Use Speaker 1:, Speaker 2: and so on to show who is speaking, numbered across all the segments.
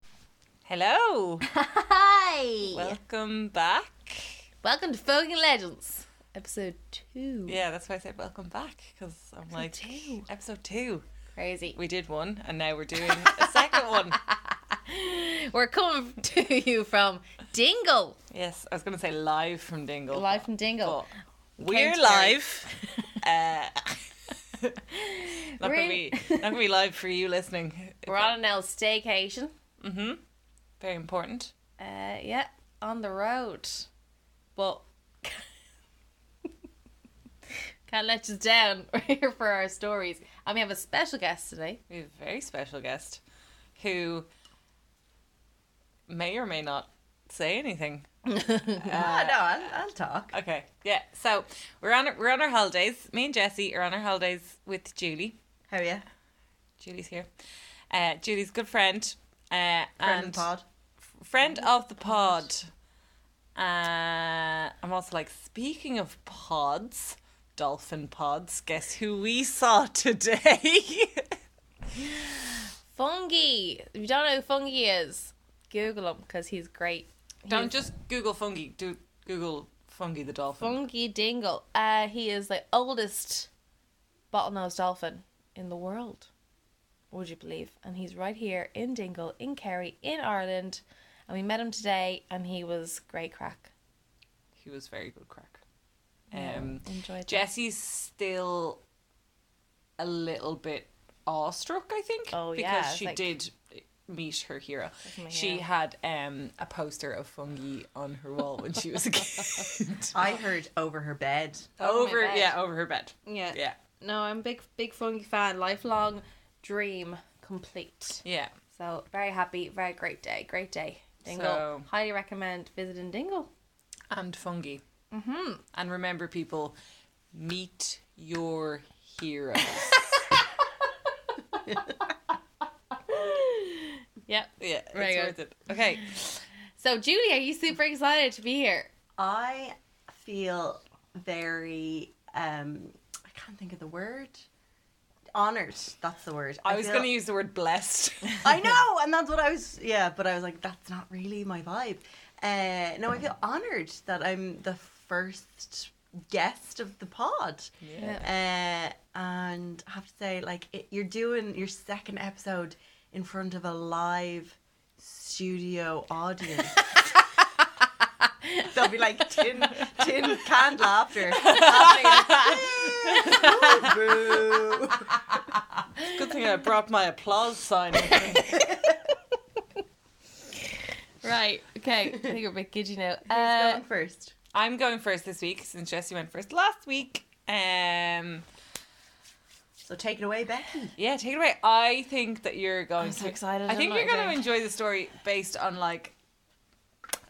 Speaker 1: Hello.
Speaker 2: Hi.
Speaker 1: Welcome back.
Speaker 2: Welcome to Fogging Legends, episode two.
Speaker 1: Yeah, that's why I said welcome back because I'm like
Speaker 2: two.
Speaker 1: episode two.
Speaker 2: Crazy.
Speaker 1: We did one, and now we're doing a second one.
Speaker 2: We're coming to you from Dingle,
Speaker 1: Yes, I was going to say live from Dingle.
Speaker 2: live from Dingle.
Speaker 1: But we're
Speaker 2: County
Speaker 1: live. uh, not
Speaker 2: We're
Speaker 1: gonna
Speaker 2: in-
Speaker 1: be not gonna be live for you listening.
Speaker 2: We're on an L staycation.
Speaker 1: Very important.
Speaker 2: Uh, yeah, on the road, but can't let you down. We're here for our stories, and we have a special guest today.
Speaker 1: We have a very special guest who may or may not say anything. Uh,
Speaker 3: Ah, no, I'll, I'll talk.
Speaker 1: Okay. Yeah. So we're on we're on our holidays. Me and Jesse are on our holidays with Julie.
Speaker 3: How are you?
Speaker 1: Julie's here. Uh, Julie's good friend. Uh,
Speaker 3: Friend
Speaker 1: and
Speaker 3: and pod.
Speaker 1: friend of the pod. Uh, I'm also like speaking of pods, dolphin pods. Guess who we saw today?
Speaker 2: Fungi. If you don't know who Fungi is, Google him because he's great.
Speaker 1: Don't just Google fungi. Do Google fungi the dolphin.
Speaker 2: Funky Dingle. Uh, he is the oldest bottlenose dolphin in the world. Would you believe? And he's right here in Dingle, in Kerry, in Ireland. And we met him today, and he was great crack.
Speaker 1: he was very good crack. Um,
Speaker 2: Enjoyed that.
Speaker 1: Jesse's still a little bit awestruck, I think.
Speaker 2: Oh,
Speaker 1: because
Speaker 2: yeah, it's
Speaker 1: she
Speaker 2: like-
Speaker 1: did meet her hero.
Speaker 2: my
Speaker 1: She
Speaker 2: hero.
Speaker 1: had um, a poster of fungi on her wall when she was a kid.
Speaker 3: I heard over her bed.
Speaker 2: Over my
Speaker 1: over,
Speaker 2: bed.
Speaker 1: yeah, over her bed.
Speaker 2: Yeah.
Speaker 1: Yeah,
Speaker 2: No, I'm a big, big Funky fan. Lifelong dream complete.
Speaker 1: yeah.
Speaker 2: So very happy, very great day, great day. Dingle.
Speaker 1: So-
Speaker 2: Highly recommend visiting Dingle.
Speaker 1: And fungi. Mm-hmm. And remember, people, meet your heroes.
Speaker 2: Yep.
Speaker 1: yeah, it's
Speaker 2: Very
Speaker 1: worth it. Okay.
Speaker 2: So Julie, are you super excited to be here?
Speaker 3: I feel very, um, I can't think of the word. Honored. That's the word.
Speaker 1: I was
Speaker 3: feel-
Speaker 1: going to use the word blessed.
Speaker 3: I know, and that's what I was. Yeah, but I was like, that's not really my vibe. Uh, no, I feel honored that I'm the first guest of the pod. Uh, and I have to say, like, it, you're doing your second episode in front of a live studio audience. They'll be like tin, tin canned laughter. Boo.
Speaker 1: Good thing I brought my applause sign.
Speaker 2: Right. Okay. I think we're a bit gidgy now.
Speaker 3: Who's
Speaker 2: Uh,
Speaker 3: going first?
Speaker 1: I'm going first this week since Jesse went first last week. Um,
Speaker 3: So take it away, Becky.
Speaker 1: yeah, take it away. I think that you're going.
Speaker 2: I'm so
Speaker 1: to-
Speaker 2: excited,
Speaker 1: I
Speaker 2: I'm
Speaker 1: think
Speaker 2: not
Speaker 1: you're going to
Speaker 2: doing-
Speaker 1: enjoy the story based on like.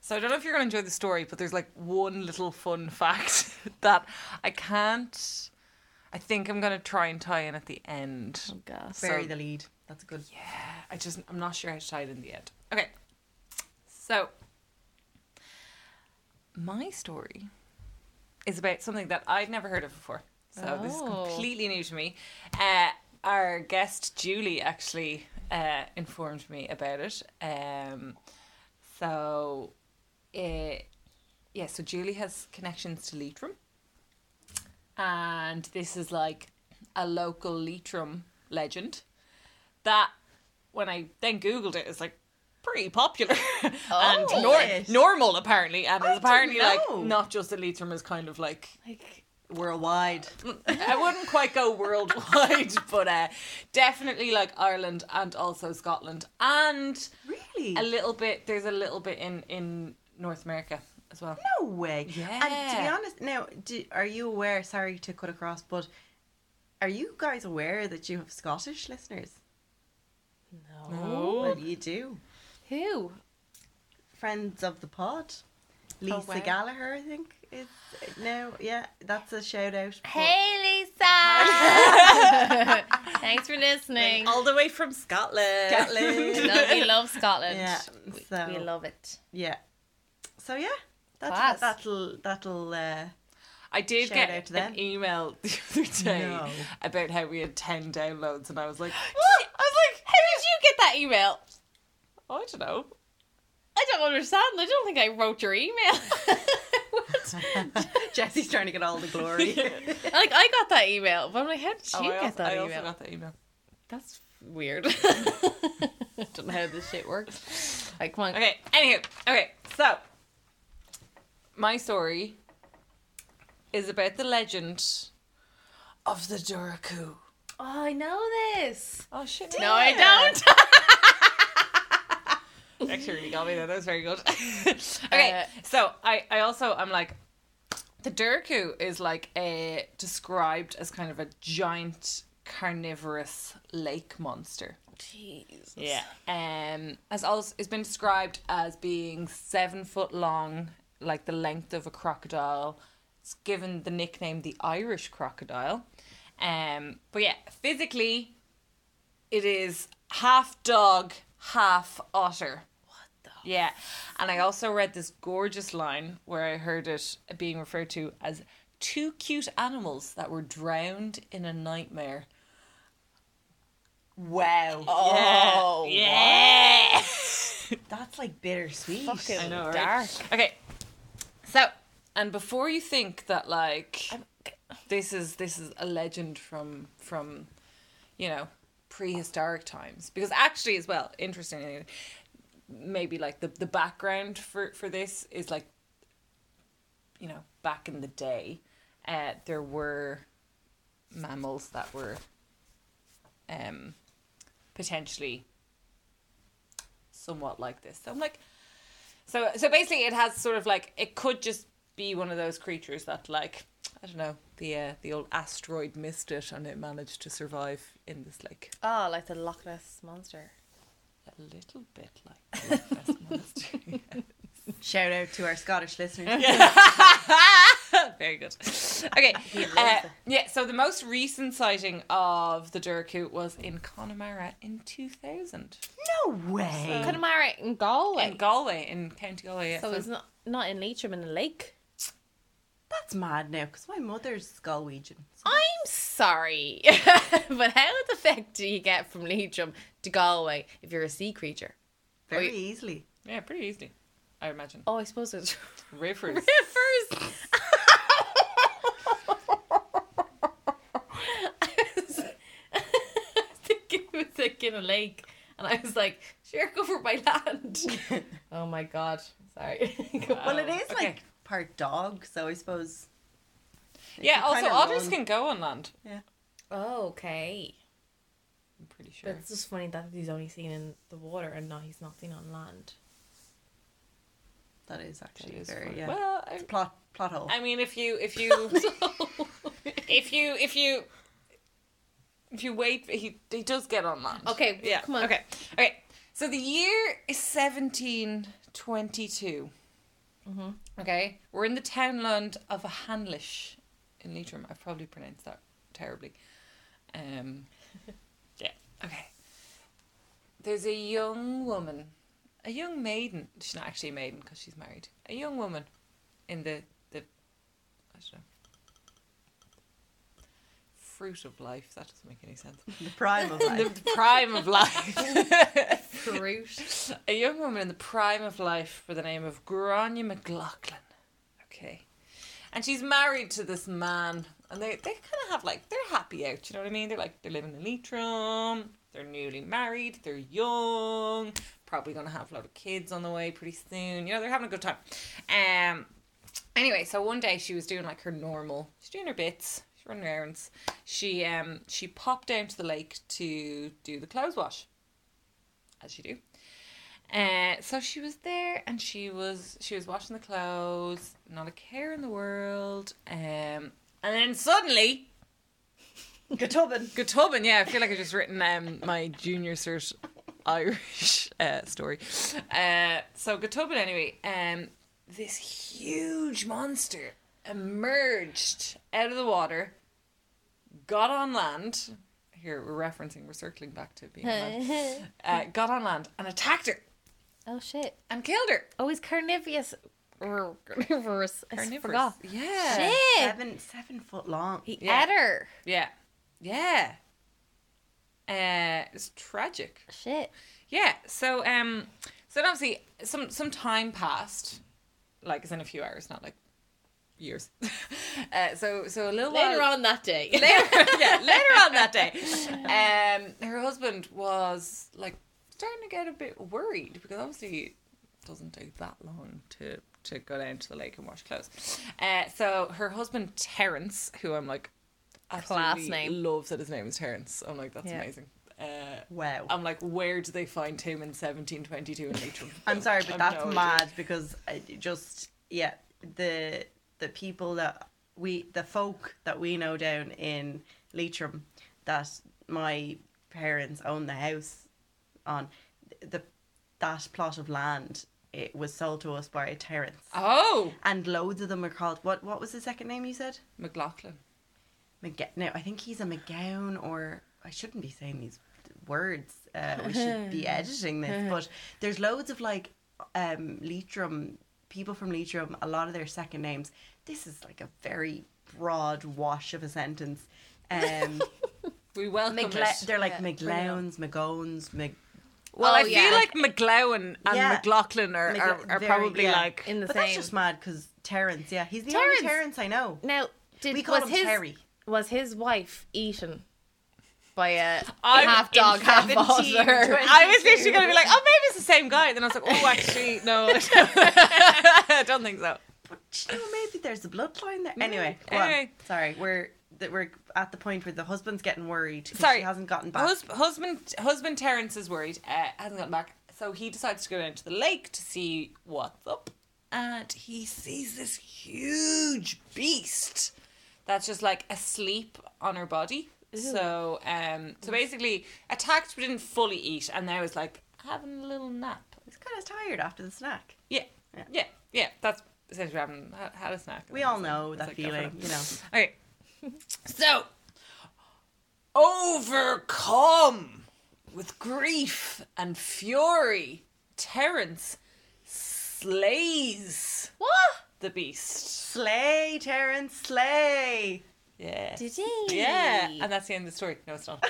Speaker 1: So I don't know if you're going to enjoy the story, but there's like one little fun fact that I can't. I think I'm going to try and tie in at the end.
Speaker 2: oh gosh.
Speaker 3: Bury
Speaker 1: So-
Speaker 3: the lead. That's a good.
Speaker 1: I just I'm not sure how to tie it in the end. Okay. So my story is about something that I'd never heard of before. So this is
Speaker 2: Oh.
Speaker 1: completely new to me. Uh, our guest Julie actually uh, informed me about it. Um, so uh yeah, so Julie has connections to Leitrim. And this is like a local Leitrim legend that when I then Googled it, it's like pretty popular and nor-
Speaker 3: Oh, yes.
Speaker 1: normal apparently. And
Speaker 3: I
Speaker 1: it's
Speaker 3: didn't
Speaker 1: apparently like
Speaker 3: know.
Speaker 1: not just that Leitrim is kind of like
Speaker 2: Like,
Speaker 3: Worldwide.
Speaker 1: Mm. I wouldn't quite go worldwide, but uh, definitely like Ireland and also Scotland and
Speaker 3: Really?
Speaker 1: a little bit. There's a little bit in in North America as well.
Speaker 3: No way. And to be
Speaker 1: Yeah.
Speaker 3: honest, now, do, are you aware? Sorry to cut across, but are you guys aware that you have Scottish listeners?
Speaker 2: no.
Speaker 1: Oh.
Speaker 3: Well, you do.
Speaker 2: Who?
Speaker 3: Friends of the pod. Lisa
Speaker 1: Oh, wow.
Speaker 3: Gallagher, I think, is now. Yeah, that's a shout out. but-
Speaker 2: Hey, Lisa. Thanks for listening.
Speaker 1: All the way from Scotland.
Speaker 3: Scotland.
Speaker 2: No, we love Scotland.
Speaker 3: Yeah,
Speaker 2: We-
Speaker 3: so-
Speaker 2: we, love it.
Speaker 3: Yeah. So yeah,
Speaker 2: Class.
Speaker 3: that's, that'll that'll. Uh,
Speaker 1: I did
Speaker 3: Shout out
Speaker 1: get
Speaker 3: to them.
Speaker 1: an email the other day
Speaker 3: No.
Speaker 1: about how we had 10 downloads, and I was like,
Speaker 2: I was like, how did you get that email?
Speaker 1: oh, I don't know.
Speaker 2: don't understand. I don't think I wrote your email. What?
Speaker 3: Jesse's trying to get all the glory.
Speaker 2: like I got that email, but I'm like, how did you
Speaker 1: Oh, I
Speaker 2: get
Speaker 1: also-
Speaker 2: that
Speaker 1: I also
Speaker 2: email?
Speaker 1: got that email.
Speaker 2: That's weird. I don't know how this shit works. Like, come on.
Speaker 1: Okay. Anywho, okay. So, my story is about the legend of the Duraku.
Speaker 2: Oh, I know this.
Speaker 1: Oh shit!
Speaker 2: No, I don't.
Speaker 1: Actually, really got me there. That was very good. okay.
Speaker 2: Uh,
Speaker 1: so I, I also I'm like, the Duraku is like a described as kind of a giant carnivorous lake monster.
Speaker 2: Jeez.
Speaker 1: Yeah. Um, has also has been described as being seven foot long, like the length of a crocodile. It's given the nickname the Irish crocodile. Um, but yeah, physically, it is half dog, half otter. What the? Yeah, and I also read this gorgeous line where I heard it being referred to as two cute animals that were drowned in a nightmare.
Speaker 3: wow.
Speaker 2: Oh,
Speaker 1: yeah.
Speaker 3: That's like bittersweet.
Speaker 2: Fucking
Speaker 1: I know, right?
Speaker 2: dark.
Speaker 1: Okay. So, and before you think that like
Speaker 2: I'm-
Speaker 1: this is this is a legend from from you know prehistoric times because actually as well interestingly maybe like the the background for for this is like you know back in the day uh there were mammals that were um potentially somewhat like this so i'm like so so basically, it has sort of like it could just be one of those creatures that like I don't know the uh, the old asteroid missed it and it managed to survive in this lake.
Speaker 2: Oh, like the Loch Ness monster.
Speaker 1: A little bit like the Loch Ness monster.
Speaker 3: Shout out to our Scottish listeners.
Speaker 1: Very good. Okay. Uh, yeah. So the most recent sighting of the Duraku was in Connemara in 2000
Speaker 3: No
Speaker 2: Mm.
Speaker 3: way.
Speaker 2: Connemara in Galway.
Speaker 1: in Galway, in County Galway. yeah.
Speaker 2: so it's not not in Leitrim in a lake.
Speaker 3: That's mad now because my mother's Galwegian. So
Speaker 2: I'm sorry, but how the fuck do you get from Leitrim to Galway if you're a sea creature?
Speaker 3: very
Speaker 2: Wait.
Speaker 3: easily.
Speaker 1: yeah, pretty easily, I imagine.
Speaker 2: Oh, I suppose it's
Speaker 1: Rivers.
Speaker 2: rivers. I was thinking it was like in a lake, and I was like, sure, covered by land. oh my god, sorry.
Speaker 3: Well, it is
Speaker 1: okay.
Speaker 3: like part dog, so I suppose. they
Speaker 1: Yeah.
Speaker 3: can
Speaker 1: Also,
Speaker 3: kinda
Speaker 1: otters
Speaker 3: run.
Speaker 1: can go on land.
Speaker 2: Oh, okay.
Speaker 1: I'm pretty sure.
Speaker 2: But it's just funny that he's only seen in the water and now he's not seen on land.
Speaker 3: That is actually
Speaker 1: That is
Speaker 3: very
Speaker 1: fun.
Speaker 3: yeah.
Speaker 1: Well, I,
Speaker 3: plot plot hole.
Speaker 1: I mean, if you if you if you if you if you wait, he he does get on land.
Speaker 2: Okay,
Speaker 1: Yeah.
Speaker 2: come on.
Speaker 1: Okay. Okay. So the year is seventeen Okay, we're in the townland of Hanlish in Leitrim. I've probably pronounced that terribly. Um, yeah. Okay. There's a young woman, a young maiden. She's not actually a maiden because she's married. A young woman in the the I don't know fruit of life. That doesn't make any sense.
Speaker 3: the prime of life.
Speaker 1: the, the prime of life.
Speaker 2: Fruit.
Speaker 1: a young woman in the prime of life by the name of Grania McLaughlin. Okay. And she's married to this man, and they, they kind of have like, they're happy out, you know what I mean? They're like, they're living in Leitrim, they're newly married, they're young, probably going to have a lot of kids on the way pretty soon. You know, they're having a good time. Um, anyway, so one day she was doing like her normal, she's doing her bits, she's running errands. She, um, she popped down to the lake to do the clothes wash, as you do. Uh, so she was there and she was she was washing the clothes, not a care in the world. Um, and then suddenly,
Speaker 3: Gatubin.
Speaker 1: Gatubin, yeah, I feel like I've just written um, my junior cert Irish uh, story. Uh, so Gatubin, anyway, um, this huge monster emerged out of the water, got on land. Here we're referencing, we're circling back to being on land. Uh, got on land and attacked her
Speaker 2: oh shit.
Speaker 1: and killed her.
Speaker 2: Oh, he's carnivorous. Or carnivorous. I
Speaker 1: Carnivorous.
Speaker 2: forgot.
Speaker 1: Yeah.
Speaker 2: Shit.
Speaker 3: Seven seven foot long.
Speaker 2: He
Speaker 1: Yeah.
Speaker 2: ate her.
Speaker 1: Yeah. Yeah. Uh, it's tragic.
Speaker 2: Shit.
Speaker 1: Yeah. So um, So then obviously some some time passed, like it's in a few hours, not like years. uh, so so a little
Speaker 2: Later
Speaker 1: while,
Speaker 2: on that day.
Speaker 1: later, yeah, later on that day, um, her husband was like starting to get a bit worried because obviously it doesn't take that long to to go down to the lake and wash clothes. Uh, so her husband Terence, who I'm like, absolutely
Speaker 2: name.
Speaker 1: loves that his name is Terence. I'm like, that's
Speaker 2: Yeah.
Speaker 1: amazing. Uh,
Speaker 3: Wow.
Speaker 1: I'm like, where did they find him in 1722 in Leitrim?
Speaker 3: I'm sorry,
Speaker 1: I've
Speaker 3: but that's
Speaker 1: no idea.
Speaker 3: mad because I just yeah the the people that we the folk that we know down in Leitrim that my parents own the house on the that plot of land it was sold to us by Terence
Speaker 1: Oh,
Speaker 3: and loads of them are called what what was the second name you said
Speaker 1: McLaughlin.
Speaker 3: McGown no I think he's a McGown or I shouldn't be saying these words uh, we should be editing this but there's loads of like um Leitrim people from Leitrim a lot of their second names this is like a very broad wash of a sentence um
Speaker 1: We welcome
Speaker 3: McGle-
Speaker 1: it.
Speaker 3: they're like
Speaker 2: Yeah, bring it on.
Speaker 3: McGlowns McGones Mc
Speaker 1: Well,
Speaker 2: Oh,
Speaker 1: I
Speaker 2: yeah.
Speaker 1: feel like McGlowan and
Speaker 3: Yeah.
Speaker 1: McLaughlin are, are,
Speaker 3: Mc-
Speaker 1: are
Speaker 3: very-
Speaker 1: probably
Speaker 3: yeah.
Speaker 1: like
Speaker 2: In the
Speaker 3: but
Speaker 2: same.
Speaker 3: that's just mad because Terence yeah he's the
Speaker 2: Terence.
Speaker 3: only Terence I know
Speaker 2: Now, did
Speaker 3: we call
Speaker 2: was
Speaker 3: him
Speaker 2: his
Speaker 3: Terry
Speaker 2: was his wife eaten by a
Speaker 1: I'm
Speaker 2: half dog,
Speaker 1: in
Speaker 2: half
Speaker 1: 17,
Speaker 2: otter?
Speaker 1: I was literally going to be like, oh, maybe it's the same guy. Then I was like, oh, actually, no, I don't think so.
Speaker 3: But you know, maybe there's a bloodline there. Anyway,
Speaker 1: Mm,
Speaker 3: go on.
Speaker 1: anyway.
Speaker 3: sorry, we're that we're at the point where the husband's getting worried. 'cause
Speaker 1: Sorry.
Speaker 3: she hasn't gotten back.
Speaker 1: Hus- husband, husband Terence is worried, uh, hasn't gotten back, so he decides to go down to the lake to see what's up, and he sees this huge beast that's just like asleep on her body. So, um, so basically attacked but didn't fully eat, and now is like having a little nap.
Speaker 3: He's kind of tired after the snack.
Speaker 1: Yeah, yeah,
Speaker 3: Yeah.
Speaker 1: yeah. That's essentially what happened. Had- Had a snack.
Speaker 3: We all know
Speaker 1: It's
Speaker 3: that
Speaker 1: like, go for
Speaker 3: feeling,
Speaker 1: it.
Speaker 3: you know.
Speaker 1: Okay. So, overcome with grief and fury, Terence slays
Speaker 2: what
Speaker 1: the beast.
Speaker 3: Slay, Terence, slay.
Speaker 1: Yeah.
Speaker 2: did he?
Speaker 1: Yeah. And that's the end of the story. No, it's not.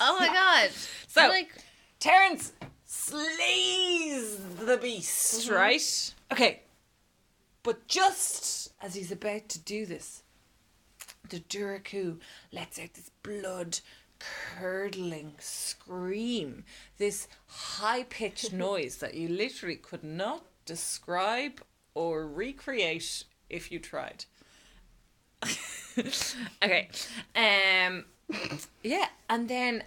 Speaker 2: oh my god.
Speaker 1: So-
Speaker 2: like,
Speaker 1: Terence slays the beast,
Speaker 3: Mm-hmm.
Speaker 1: right? Okay. But just as he's about to do this, the Duraku lets out this blood curdling scream, this high pitched noise that you literally could not describe or recreate if you tried. okay. Um yeah, and then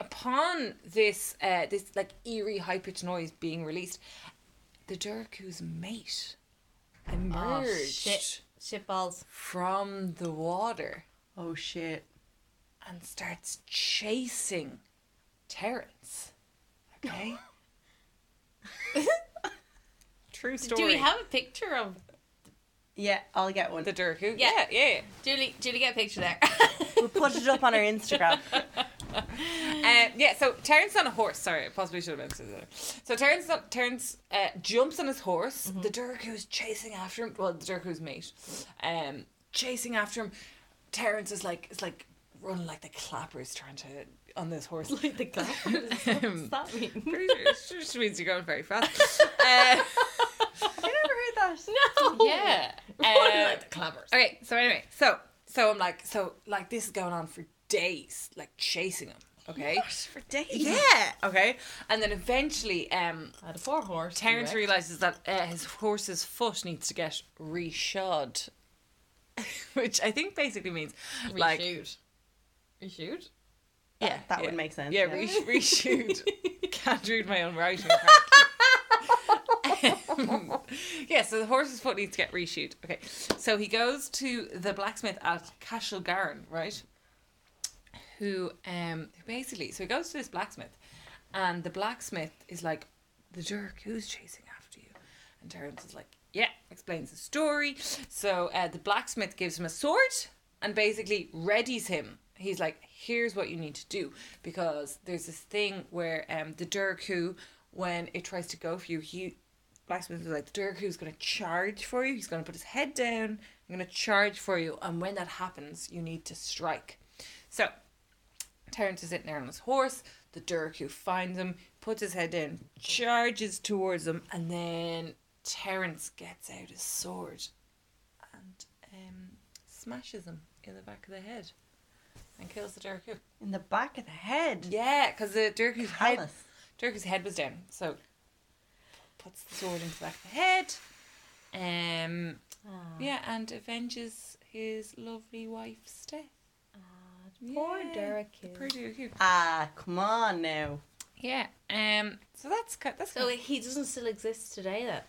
Speaker 1: upon this uh this like eerie high pitched noise being released, the Duraku's mate
Speaker 2: oh,
Speaker 1: emerged
Speaker 2: shit, shit balls.
Speaker 1: from the water
Speaker 3: Oh shit.
Speaker 1: and starts chasing Terence. Okay? True story.
Speaker 2: Do we have a picture of
Speaker 3: Yeah, I'll get one.
Speaker 1: the Durku?
Speaker 2: Yeah.
Speaker 1: Yeah, yeah.
Speaker 2: Julie? Julie, get a picture there.
Speaker 3: We'll put it up on our Instagram.
Speaker 1: yeah. Um, yeah, so Terence on a horse. Sorry, I possibly should have mentioned this. So Terence, on- Terence uh, jumps on his horse. The Durku is chasing after him. Well, the Durku's mate. Um, chasing after him. Terence is like, is like running like the clappers trying to on this horse. Um,
Speaker 2: like the glass. What's that mean?
Speaker 1: Pretty sure it just means you're going very fast. Uh,
Speaker 3: I never heard that.
Speaker 2: No.
Speaker 1: yeah.
Speaker 2: Running
Speaker 1: Um,
Speaker 2: like the clappers.
Speaker 1: Okay, so anyway, so so I'm like, so like this is going on for days, like chasing him. Okay.
Speaker 3: For days.
Speaker 1: Yeah. Okay. And then eventually, um,
Speaker 2: I had a four horse.
Speaker 1: Terence
Speaker 2: you reckon?
Speaker 1: realizes that uh, his horse's foot needs to get reshod, which I think basically means like
Speaker 2: reshoot. Reshoot.
Speaker 3: That,
Speaker 1: Yeah,
Speaker 3: that
Speaker 1: yeah.
Speaker 3: would make sense.
Speaker 1: yeah, Re- reshoot. Can't read my own writing. apparently. Um, yeah, so the horse's foot needs to get reshoot. Okay, so he goes to the blacksmith at Cashel-Garran, right? Who, um, who basically, so he goes to this blacksmith, and the blacksmith is like, "The jerk, who's chasing after you?" And Terence is like, "Yeah," explains the story. So uh, the blacksmith gives him a sword and basically readies him. He's like, "Here's what you need to do," because there's this thing where um, the Dirk who, when it tries to go for you, he blacksmith was like, "The Dirk who's going to charge for you. He's going to put his head down. I'm going to charge for you." And when that happens, you need to strike. So Terence is sitting there on his horse. the Dirk who finds him, puts his head down, charges towards him, and then Terence gets out his sword and um, smashes him in the back of the head and kills the Dirk. who.
Speaker 3: In the back of the head.
Speaker 1: Yeah, because the Dirk who's head,
Speaker 3: Palace.
Speaker 1: Dirk's head was down, so puts the sword into the back of the head. Um,
Speaker 2: Ah,
Speaker 1: yeah, and avenges his lovely wife's death.
Speaker 2: Poor
Speaker 1: Yeah, the
Speaker 2: Derek.
Speaker 1: Poor Dooku.
Speaker 3: Ah, come on now.
Speaker 1: Yeah. Um. So that's ki- that's.
Speaker 2: So
Speaker 1: kind
Speaker 2: he doesn't still exist today, then.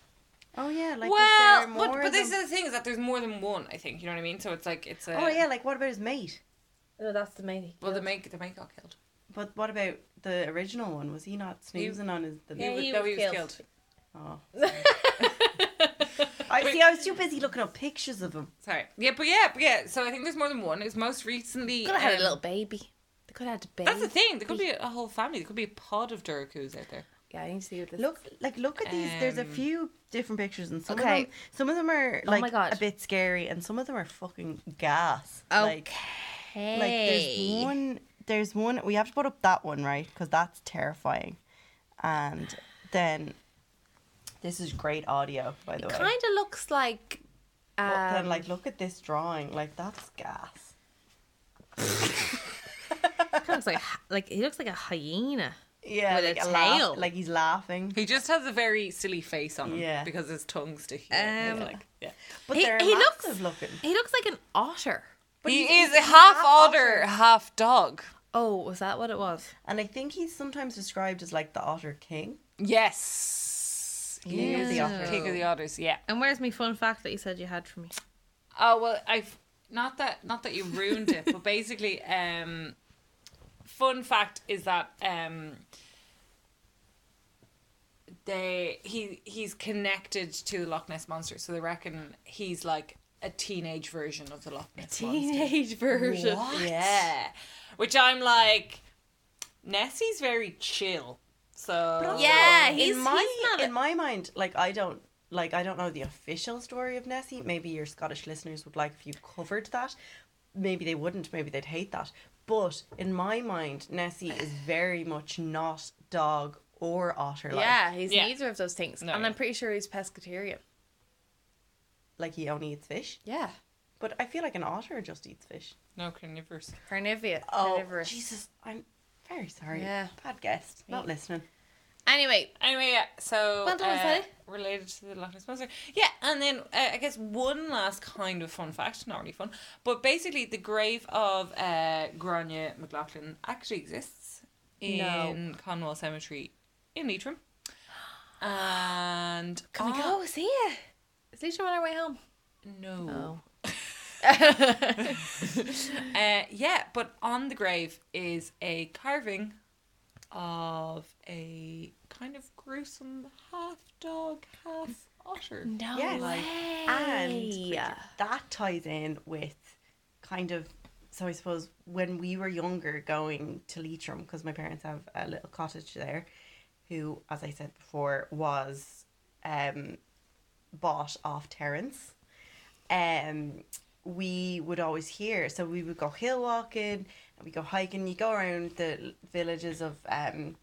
Speaker 3: Oh yeah, like
Speaker 1: well,
Speaker 3: is there more
Speaker 1: but but this
Speaker 3: than-
Speaker 1: is the thing is that there's more than one. I think you know what I mean. So it's like it's a.
Speaker 3: Oh yeah, like what about his mate?
Speaker 2: No, Oh, that's the main.
Speaker 1: Well, the mate the mate got killed.
Speaker 3: But what about the original one? Was he not snoozing on his? The...
Speaker 2: Yeah,
Speaker 1: was-
Speaker 2: he
Speaker 1: no,
Speaker 2: was
Speaker 1: he was
Speaker 2: killed.
Speaker 1: killed.
Speaker 3: Oh. I see. I was too busy looking up pictures of him.
Speaker 1: Sorry. Yeah, but yeah, but yeah. So I think there's more than one. It's most recently.
Speaker 2: Could have had
Speaker 1: um,
Speaker 2: a little baby. They could have had a baby.
Speaker 1: That's the thing. There could be a whole family. There could be a pod of Durakus out there.
Speaker 2: Yeah, I need to see what this.
Speaker 3: Look, like look at these. There's a
Speaker 1: Um,
Speaker 3: few different pictures, and some
Speaker 2: Okay.
Speaker 3: of them, some of them are
Speaker 2: Oh
Speaker 3: like
Speaker 2: my God.
Speaker 3: a bit scary, and some of them are fucking gas. Like,
Speaker 2: Hey.
Speaker 3: like there's one. There's one. We have to put up that one right because that's terrifying, and then this is great audio by the way.
Speaker 2: Kind of looks like. Um,
Speaker 3: But then, like, look at this drawing. Like, that's gas.
Speaker 2: kind of looks like like he looks like a hyena.
Speaker 3: Yeah,
Speaker 2: With a
Speaker 3: like a laugh-
Speaker 2: tail.
Speaker 3: like he's laughing.
Speaker 1: He just has a very silly face on him.
Speaker 3: Yeah.
Speaker 1: Because his tongue's sticking. out.
Speaker 2: Um,
Speaker 1: He's like, yeah.
Speaker 3: But
Speaker 2: He-
Speaker 3: they're
Speaker 2: he looks-
Speaker 3: massive looking.
Speaker 2: He looks like an otter.
Speaker 1: he
Speaker 3: he's-
Speaker 1: is
Speaker 3: he's
Speaker 1: half
Speaker 3: half
Speaker 1: otter,
Speaker 3: otter.
Speaker 1: half dog.
Speaker 2: Oh, was that what it was?
Speaker 3: And I think he's sometimes described as like the Otter King.
Speaker 1: Yes.
Speaker 3: King of the otters.
Speaker 1: King of the otters. Yeah.
Speaker 2: And where's my fun fact that you said you had for me?
Speaker 1: Oh well, I've not that not that you ruined it, but basically, um, fun fact is that um, they he he's connected to the Loch Ness monster, so they reckon he's like a teenage version of the Loch Ness monster.
Speaker 2: version.
Speaker 1: Yeah, which I'm like, Nessie's very chill, so
Speaker 2: also- Yeah, he's-
Speaker 3: in my
Speaker 2: he's not a-
Speaker 3: in my mind, like I don't like I don't know the official story of Nessie. Maybe your Scottish listeners would like if you covered that. Maybe they wouldn't. Maybe they'd hate that. But in my mind, Nessie is very much not dog or otter like.
Speaker 2: Yeah, he's
Speaker 1: Yeah.
Speaker 2: neither of those things.
Speaker 1: No,
Speaker 2: and I'm
Speaker 1: yeah.
Speaker 2: pretty sure he's pescatarian.
Speaker 3: Like he only eats fish.
Speaker 2: Yeah.
Speaker 3: But I feel like an otter just eats fish.
Speaker 1: no carnivorous.
Speaker 2: Carnivia. carnivorous.
Speaker 3: Jesus! I'm very sorry.
Speaker 2: Oh, Yeah.
Speaker 3: Bad guess. Not listening.
Speaker 2: Anyway,
Speaker 1: Anyway, yeah, so
Speaker 2: Well done,
Speaker 1: uh,
Speaker 2: Sally.
Speaker 1: related to the Loch Ness monster, yeah, and then uh, I guess one last kind of fun fact, not really fun, but basically the grave of uh, Grania McLaughlin actually exists in Conwell Cemetery in Leitrim, and
Speaker 2: can we
Speaker 1: on-
Speaker 2: go see it? Is Lisa on our way home? Oh.
Speaker 1: No, uh, yeah, but on the grave is a carving of a kind of gruesome half dog, half otter.
Speaker 2: No
Speaker 3: Yes.
Speaker 2: way.
Speaker 3: And that ties in with kind of so I suppose when we were younger going to Leitrim because my parents have a little cottage there, who as I said before was um bought off Terence. Um we would always hear so we would go hill walking and we go hiking you go around the l- villages of um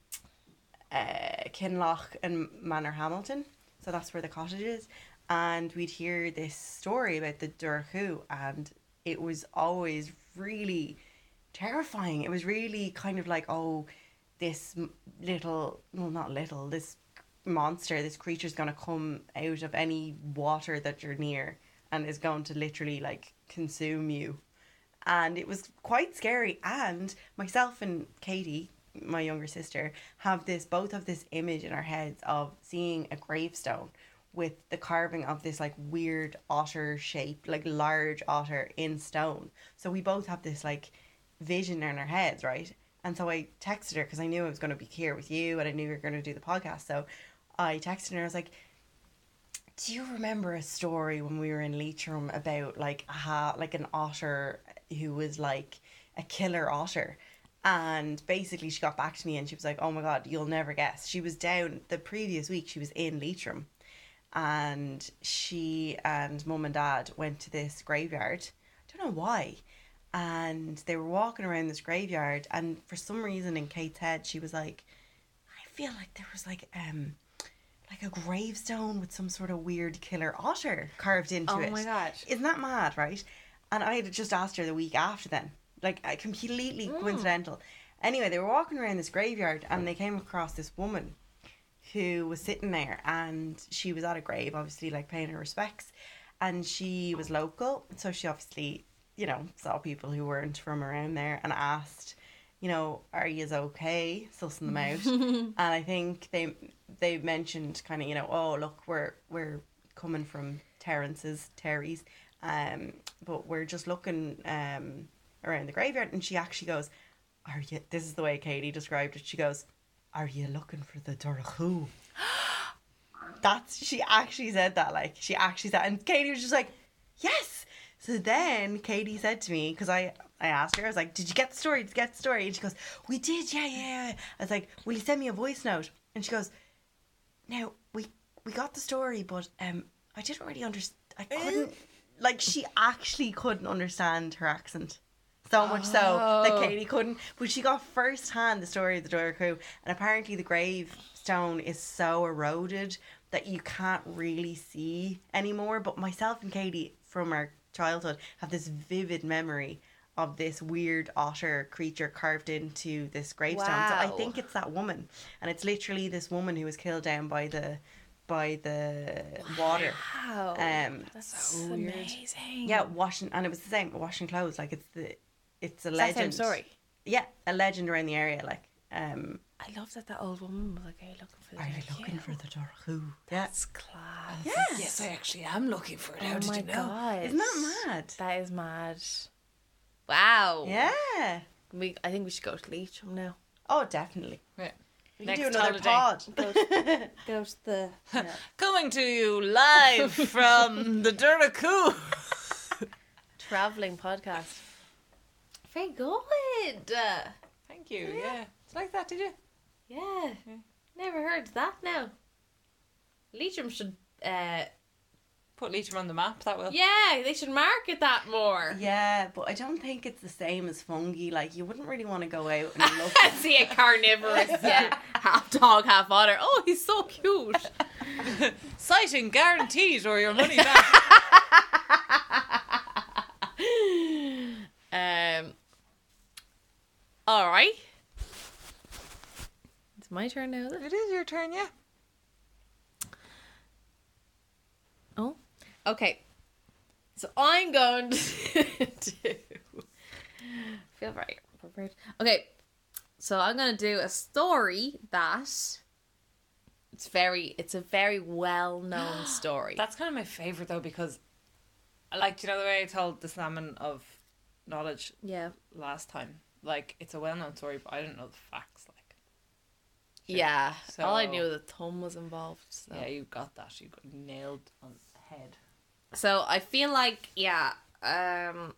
Speaker 3: uh, Kinloch and Manor Hamilton. So that's where the cottage is. And we'd hear this story about the Durhu, and it was always really terrifying. It was really kind of like, oh, this m- little, well, not little, this monster, this creature's going to come out of any water that you're near and is going to literally like consume you and it was quite scary. And myself and Katie, my younger sister, have this both have this image in our heads of seeing a gravestone with the carving of this like weird otter shape, like large otter in stone. So we both have this like vision in our heads, right? And so I texted her because I knew I was going to be here with you and I knew we were going to do the podcast. So I texted her, I was like, do you remember a story when we were in Leitrim about like a ha- like an otter who was like a killer otter? And basically, she got back to me and she was like, "Oh my god, you'll never guess." She was down the previous week. She was in Leitrim, and she and mum and dad went to this graveyard. I don't know why, and they were walking around this graveyard and for some reason in Kate's head she was like I feel like there was like um like a gravestone with some sort of weird killer otter carved into
Speaker 1: Oh
Speaker 3: it.
Speaker 1: my gosh.
Speaker 3: Isn't that mad, right? And I had just asked her the week after then. Like uh, completely
Speaker 1: Mm.
Speaker 3: coincidental. Anyway, they were walking around this graveyard and they came across this woman who was sitting there and she was at a grave, obviously like paying her respects. And she was local, so she obviously, you know, saw people who weren't from around there and asked, you know, are you okay? Sussing them out. and I think they they mentioned kind of, you know, oh look, we're we're coming from Terrence's, Terry's, um, but we're just looking um around the graveyard and she actually goes, Are you this is the way Katie described it, she goes, Are you looking for the Durahu? That's she actually said that, like she actually said and Katie was just like, Yes. So then Katie said to me, because I I asked her, I was like, Did you get the story? Did you get the story? And she goes, We did, yeah, yeah, yeah. I was like, Will you send me a voice note? And she goes, now we we got the story, but um, I didn't really understand. I couldn't like she actually couldn't understand her accent. So much so
Speaker 2: Oh.
Speaker 3: that Katie couldn't, but she got first hand the story of the Dora crew, and apparently the gravestone is so eroded that you can't really see anymore. But myself and Katie from our childhood have this vivid memory of this weird otter creature carved into this gravestone. So I
Speaker 2: Wow.
Speaker 3: think it's that woman, and it's literally this woman who was killed down by the by the water.
Speaker 2: Wow.
Speaker 3: Um,
Speaker 2: That's
Speaker 1: so weird.
Speaker 2: amazing.
Speaker 3: yeah, washing, and it was the same washing clothes. Like it's the it's a
Speaker 2: It's that
Speaker 3: legend.
Speaker 2: same story.
Speaker 3: Yeah, a legend around the area. Like, um,
Speaker 2: I love that that old woman was like, "Are you looking for the
Speaker 3: are you
Speaker 2: Dracula?"
Speaker 3: looking for the Dorhu? Yeah,
Speaker 2: That's class.
Speaker 3: yes.
Speaker 1: Yes, I actually am looking for it. How
Speaker 2: oh
Speaker 1: did
Speaker 2: my
Speaker 1: you know?
Speaker 2: god!
Speaker 3: Isn't that mad?
Speaker 2: That is mad. Wow.
Speaker 3: Yeah.
Speaker 2: We. I think we should go to Leitrim now.
Speaker 3: Oh, definitely.
Speaker 1: Right.
Speaker 3: We
Speaker 1: Next
Speaker 3: can do another
Speaker 1: holiday.
Speaker 3: pod.
Speaker 2: Go to the.
Speaker 1: Coming to you live from the Duraku.
Speaker 2: traveling podcast. Very good. Uh,
Speaker 1: Thank you. Yeah. It's like that, did you?
Speaker 2: yeah. Never heard that now. Leitrim should. Uh,
Speaker 1: Put Leitrim on the map, that
Speaker 2: Oh.
Speaker 1: will.
Speaker 2: yeah, they should market that more.
Speaker 3: yeah, but I don't think it's the same as fungi. Like, you wouldn't really want to go out and look.
Speaker 2: See a carnivorous, yeah, half dog, half otter. Oh, he's so cute.
Speaker 1: Sighting guaranteed or your money back.
Speaker 2: Um. All right. It's my turn now.
Speaker 1: it is your turn, yeah.
Speaker 2: Oh. Okay. So I'm going to feel very prepared. Okay. So I'm going to do a story that it's very it's a very well-known story.
Speaker 1: That's kind of my favourite though because I like you know the way I told the salmon of knowledge
Speaker 2: yeah.
Speaker 1: last time? Like it's a well known story, but I didn't know the facts, like
Speaker 2: Yeah. All I
Speaker 1: So-
Speaker 2: knew was the thumb was involved. So.
Speaker 1: Yeah, you got that. You got nailed on the head.
Speaker 2: So I feel like yeah, um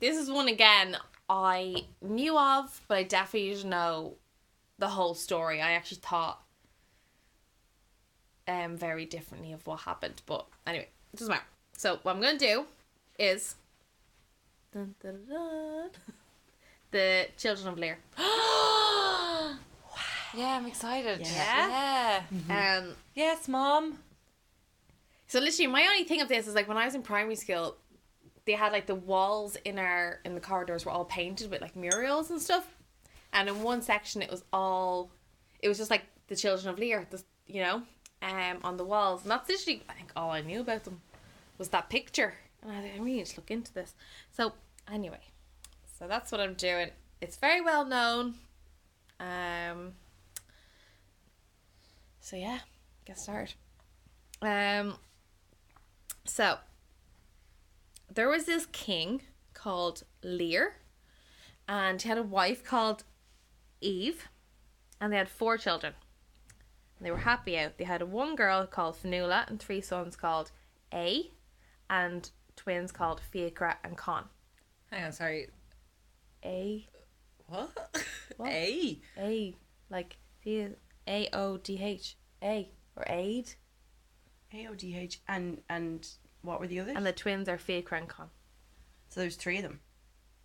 Speaker 2: this is one again I knew of, but I definitely didn't know the whole story. I actually thought um very differently of what happened, but anyway, it doesn't matter. So what I'm gonna do is dun, dun, dun, the Children of Lear.
Speaker 1: Yeah, I'm excited.
Speaker 2: Yeah.
Speaker 1: Yeah.
Speaker 2: Um
Speaker 1: Yes, Mom.
Speaker 2: So literally, my only thing of this is like when I was in primary school, they had like the walls in our in the corridors were all painted with like murals and stuff, and in one section it was all, it was just like the Children of Lear, the, you know, um, on the walls, and that's literally I think all I knew about them was that picture, and I was like, I really need to look into this. So anyway, so that's what I'm doing. It's very well known. Um. So yeah, get started. Um. So there was this king called Lear, and he had a wife called Eve, and they had four children. And they were happy out. They had one girl called Fanula and three sons called A, and twins called Fiacra and Con.
Speaker 1: Hang on, sorry.
Speaker 2: A
Speaker 1: What?
Speaker 2: What?
Speaker 1: Hey.
Speaker 2: A like Fia A O D H A or Aid,
Speaker 3: A O D H and and what were the others?
Speaker 2: and the twins are Fiacra and Con.
Speaker 3: so there's three of them.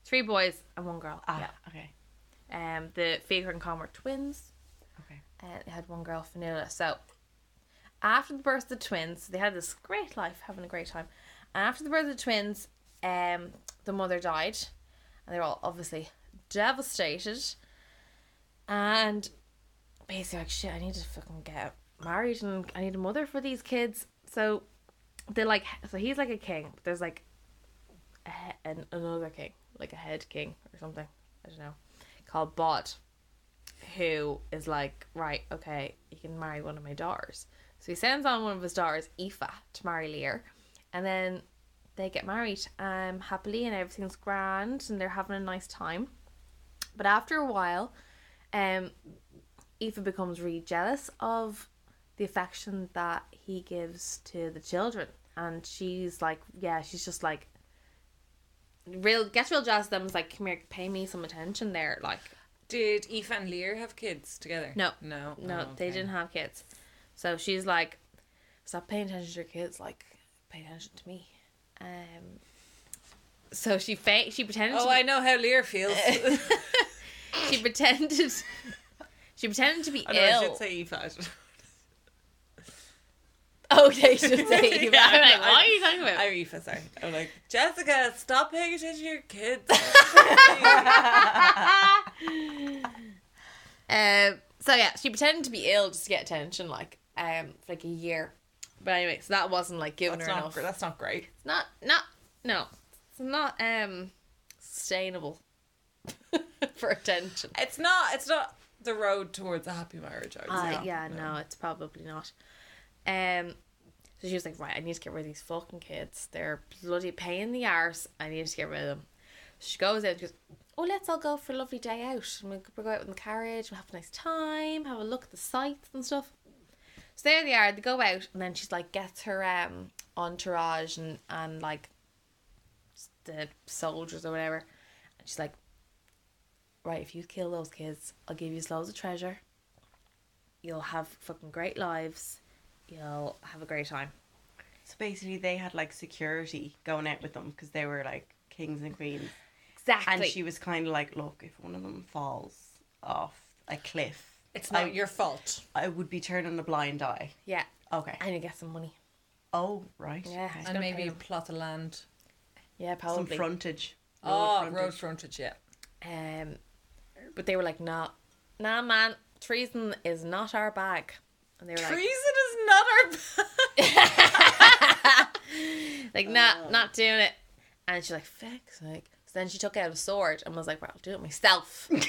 Speaker 2: Three boys and one girl.
Speaker 3: Ah,
Speaker 2: yeah.
Speaker 3: okay.
Speaker 2: Um, the Figure and Calm were twins,
Speaker 3: Okay.
Speaker 2: and they had one girl, Fanula. So, after the birth of the twins, they had this great life, having a great time. And after the birth of the twins, um, the mother died, and they were all obviously devastated. And basically, like, shit, I need to fucking get married, and I need a mother for these kids. So, they like, so he's like a king. But there's like a, he- an, another king, like a head king or something. I don't know, called Bod, who is like, right, okay, you can marry one of my daughters. So he sends on one of his daughters, Aoife, to marry Lear, and then they get married um happily, and everything's grand, and they're having a nice time. But after a while, um, Aoife becomes really jealous of the affection that he gives to the children, and she's like, yeah, she's just like real gets real jealous of them is like come here pay me some attention there like
Speaker 1: Did Aoife and Lear have kids together?
Speaker 2: No.
Speaker 1: No.
Speaker 2: no
Speaker 1: Oh,
Speaker 2: they
Speaker 1: okay.
Speaker 2: didn't have kids so she's like stop paying attention to your kids like pay attention to me um so she fa- she pretended
Speaker 1: Oh,
Speaker 2: to
Speaker 1: I know how Lear feels.
Speaker 2: she pretended she pretended to be
Speaker 1: Oh, no, I
Speaker 2: ill
Speaker 1: should say Aoife.
Speaker 2: okay she should say Eva.
Speaker 1: Yeah,
Speaker 2: I'm like
Speaker 1: I-
Speaker 2: what are you talking about
Speaker 1: I'm Aoife, sorry. I'm like, Jessica, stop paying attention to your kids.
Speaker 2: Um, so yeah, she pretended to be ill just to get attention, like um, for like a year. But anyway, so that wasn't like giving
Speaker 1: that's,
Speaker 2: her
Speaker 1: not,
Speaker 2: enough.
Speaker 1: gr- that's not great.
Speaker 2: It's not, not, no, it's not um sustainable for attention.
Speaker 1: It's not, it's not the road towards a happy marriage, I would
Speaker 2: Uh,
Speaker 1: say.
Speaker 2: yeah, no, it's probably not. Um, so she was like, right, I need to get rid of these fucking kids. They're bloody pain in the arse. I need to get rid of them. She goes out. She goes, oh, let's all go for a lovely day out. And we'll go out in the carriage. We'll have a nice time. Have a look at the sights and stuff. So there they are. They go out, and then she's like, gets her um entourage and and like the soldiers or whatever, and she's like, right, if you kill those kids, I'll give you loads of treasure you'll have fucking great lives. You'll have a great time.
Speaker 3: So basically, they had like security going out with them because they were like kings and queens.
Speaker 2: Exactly.
Speaker 3: And she was kind of like, look, if one of them falls off a cliff,
Speaker 1: It's not
Speaker 3: I,
Speaker 1: your fault.
Speaker 3: I would be turning a blind eye.
Speaker 2: yeah.
Speaker 3: Okay.
Speaker 2: And you get some money.
Speaker 3: Oh, right.
Speaker 2: Yeah.
Speaker 3: okay.
Speaker 1: And
Speaker 2: don't
Speaker 1: maybe
Speaker 2: pay
Speaker 1: a
Speaker 2: them.
Speaker 1: plot of land.
Speaker 2: Yeah,
Speaker 3: Some
Speaker 2: probably.
Speaker 3: frontage.
Speaker 1: oh, road
Speaker 3: Road frontage.
Speaker 1: frontage, yeah.
Speaker 2: um, but they were like, nah, nah, man, treason is not our bag. And they were
Speaker 1: Treason is not our
Speaker 2: like, like, nah, not doing it. And she's like, fix, like. So then she took out a sword and was like, well, I'll do it myself. but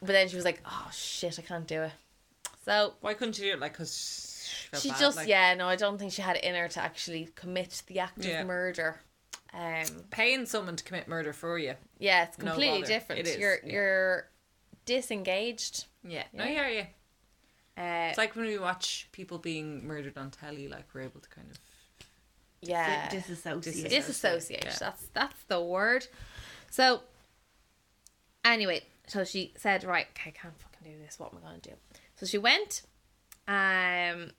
Speaker 2: then she was like, oh shit, I can't do it. So
Speaker 1: Why couldn't you do it? Like, because
Speaker 2: she just yeah no i don't think she had it in her to actually commit the act
Speaker 1: Yeah.
Speaker 2: of murder um
Speaker 1: Paying someone to commit murder for you.
Speaker 2: yeah it's
Speaker 1: No
Speaker 2: completely
Speaker 1: bother.
Speaker 2: different
Speaker 1: It is,
Speaker 2: you're
Speaker 1: yeah.
Speaker 2: you're disengaged
Speaker 1: Yeah.
Speaker 2: Yeah.
Speaker 1: I hear you.
Speaker 2: uh
Speaker 1: It's like when we watch people being murdered on telly, like, we're able to kind of.
Speaker 2: yeah
Speaker 3: Di- disassociate.
Speaker 1: Dis-
Speaker 2: disassociate
Speaker 1: Yeah.
Speaker 2: that's that's the word so anyway so she said right okay, i can't fucking do this what am i gonna do so she went um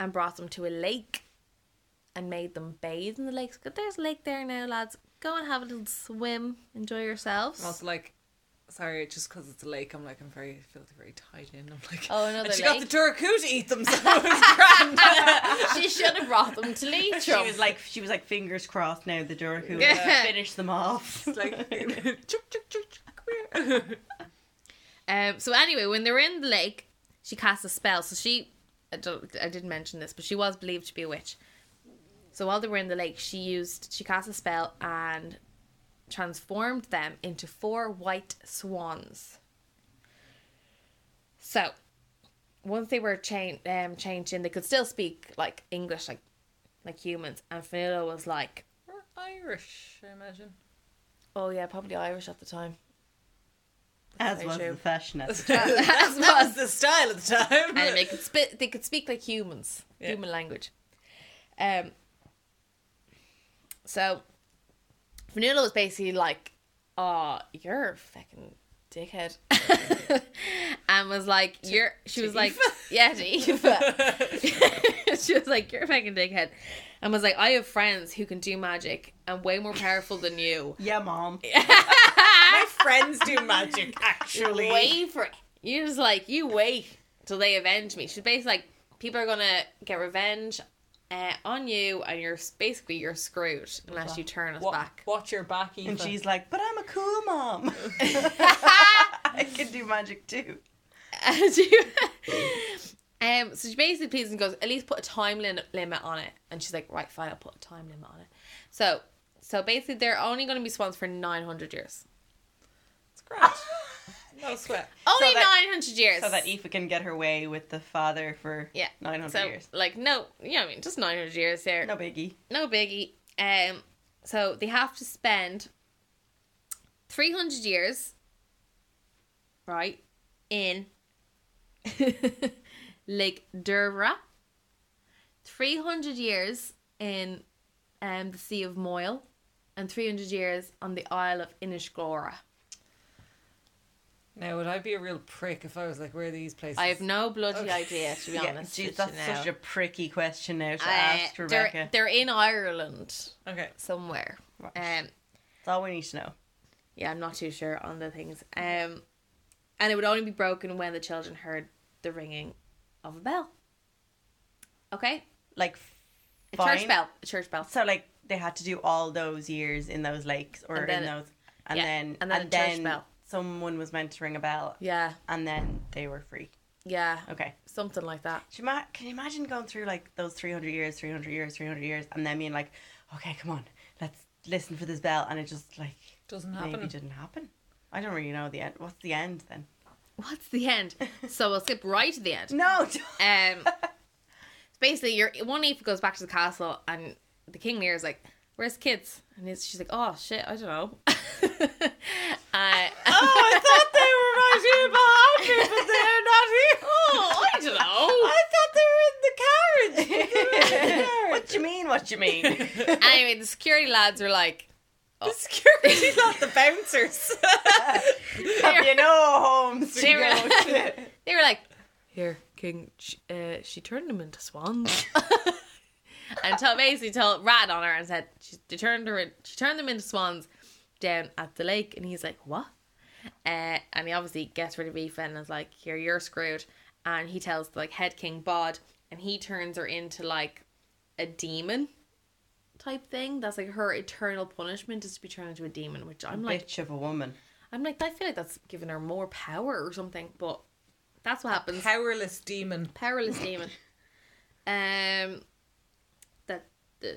Speaker 2: and brought them to a lake and made them bathe in the lake So there's a lake there now lads go and have a little swim enjoy yourselves
Speaker 1: I'm also like, sorry, just because it's a lake, I'm like, I'm very, I feel very tied in. I'm like,
Speaker 2: Oh, another
Speaker 1: and she got
Speaker 2: lake?
Speaker 1: the Turku to eat them, so it was grand.
Speaker 2: she should have brought them to
Speaker 3: She
Speaker 2: Leitrim.
Speaker 3: was like, she was like, fingers crossed. Now the Duraku will
Speaker 2: Yeah.
Speaker 3: finish them off.
Speaker 1: It's like, chup, chup, chup, chup, come here.
Speaker 2: Um, so anyway, when they were in the lake, she cast a spell. So she, I, don't, I didn't mention this, but she was believed to be a witch. So while they were in the lake, she used, she cast a spell and transformed them into four white swans. So once they were changed, um, changed in, they could still speak like English, like like humans. And Fanula was like,
Speaker 1: We're Irish, I imagine.
Speaker 2: "Oh yeah, probably Irish at the time."
Speaker 3: As
Speaker 2: Very
Speaker 3: was
Speaker 2: true.
Speaker 3: the fashion at the time.
Speaker 1: That, that was the style at the time.
Speaker 2: and they could spit they could speak like humans
Speaker 1: Yeah.
Speaker 2: human language um so Vanilla was basically like oh you're fucking dickhead, and was like, "You're." She was
Speaker 1: to
Speaker 2: like,
Speaker 1: Eva.
Speaker 2: "Yeah, to Eva." she was like, "You're a fucking dickhead," and was like, "I have friends who can do magic and way more powerful than you."
Speaker 3: Yeah, mom.
Speaker 1: My friends do magic, actually.
Speaker 2: Wait for you just like you wait till they avenge me. She's basically like people are gonna get revenge uh, on you, and you're s- basically you're screwed unless you turn us
Speaker 1: Wa-
Speaker 2: back.
Speaker 1: Watch your back, Eva.
Speaker 3: And she's like, but I'm a cool mom. I can do magic too.
Speaker 2: And you- um, so she basically pleads and goes, at least put a time lim- limit on it. And she's like, right, fine, I'll put a time limit on it. So, so basically, they're only going to be swans for nine hundred years.
Speaker 1: It's grand. No sweat.
Speaker 2: Only
Speaker 3: that-
Speaker 2: nine hundred years.
Speaker 3: So that Aoife can get her way with the father for
Speaker 2: yeah,
Speaker 3: 900
Speaker 2: so,
Speaker 3: years.
Speaker 2: Like no, yeah, I mean just nine hundred years there.
Speaker 3: No biggie.
Speaker 2: No biggie. Um, so they have to spend 300 years, right, in Lake Dervra, 300 years in um, the Sea of Moyle, and 300 years on the Isle of Inishglora.
Speaker 1: Now, would I be a real prick if I was like, where are these places?
Speaker 2: I have no bloody
Speaker 1: Okay.
Speaker 2: idea, to be honest.
Speaker 3: Oh. geez,
Speaker 2: with
Speaker 3: that's
Speaker 2: you now.
Speaker 3: such a pricky question now to
Speaker 2: Uh,
Speaker 3: ask Rebecca.
Speaker 2: they're, they're in Ireland
Speaker 1: Okay.
Speaker 2: somewhere.
Speaker 3: Right.
Speaker 2: Um,
Speaker 3: That's all we need to know.
Speaker 2: Yeah, I'm not too sure on the things. Um, and it would only be broken when the children heard the ringing of a bell. Okay,
Speaker 3: Like,
Speaker 2: a
Speaker 3: fine.
Speaker 2: church bell. A church bell.
Speaker 3: So, like, they had to do all those years in those lakes or
Speaker 2: And then
Speaker 3: in
Speaker 2: it-
Speaker 3: those. And
Speaker 2: yeah,
Speaker 3: then,
Speaker 2: and then a church bell.
Speaker 3: someone was meant to ring a bell
Speaker 2: Yeah,
Speaker 3: and then they were free.
Speaker 2: yeah,
Speaker 3: Okay.
Speaker 2: something like that.
Speaker 3: Do you ma- can you imagine going through like those 300 years, 300 years, 300 years, and then being like, okay, come on, let's listen for this bell, and it just like
Speaker 1: Doesn't
Speaker 3: maybe
Speaker 1: happen.
Speaker 3: didn't happen. I don't really know the end. What's the end then?
Speaker 2: What's the end? so we'll skip right to the end.
Speaker 3: No.
Speaker 2: Um, basically, your one Aoife goes back to the castle, and the king Lear is like, "Where's the kids?" And it's, she's like, "Oh shit, I don't know." uh,
Speaker 3: Oh,
Speaker 1: I thought they were right here behind me, but they're not here. thought
Speaker 2: oh, I don't know.
Speaker 1: they were in the carriage.
Speaker 3: what do you mean? What do you mean?
Speaker 2: anyway, the security lads are like, oh.
Speaker 1: The security, not the bouncers.
Speaker 3: Have you no homes? to
Speaker 2: Sarah.
Speaker 3: go to?
Speaker 2: They were like, "Here, King, she, uh, she turned them into swans." and told, basically told rat on her and said she they turned her in, she turned them into swans down at the lake. And he's like, "What?" Uh, and he obviously gets rid of Aoife and is like, "Here, you're screwed." And he tells like head king Bod, and he turns her into like a demon type thing. That's like her eternal punishment is to be turned into a demon. Which I'm like,
Speaker 3: Bitch of a woman.
Speaker 2: I'm like, I feel like that's giving her more power or something. But that's what happens
Speaker 1: Powerless demon.
Speaker 2: perilous demon. Um, that uh,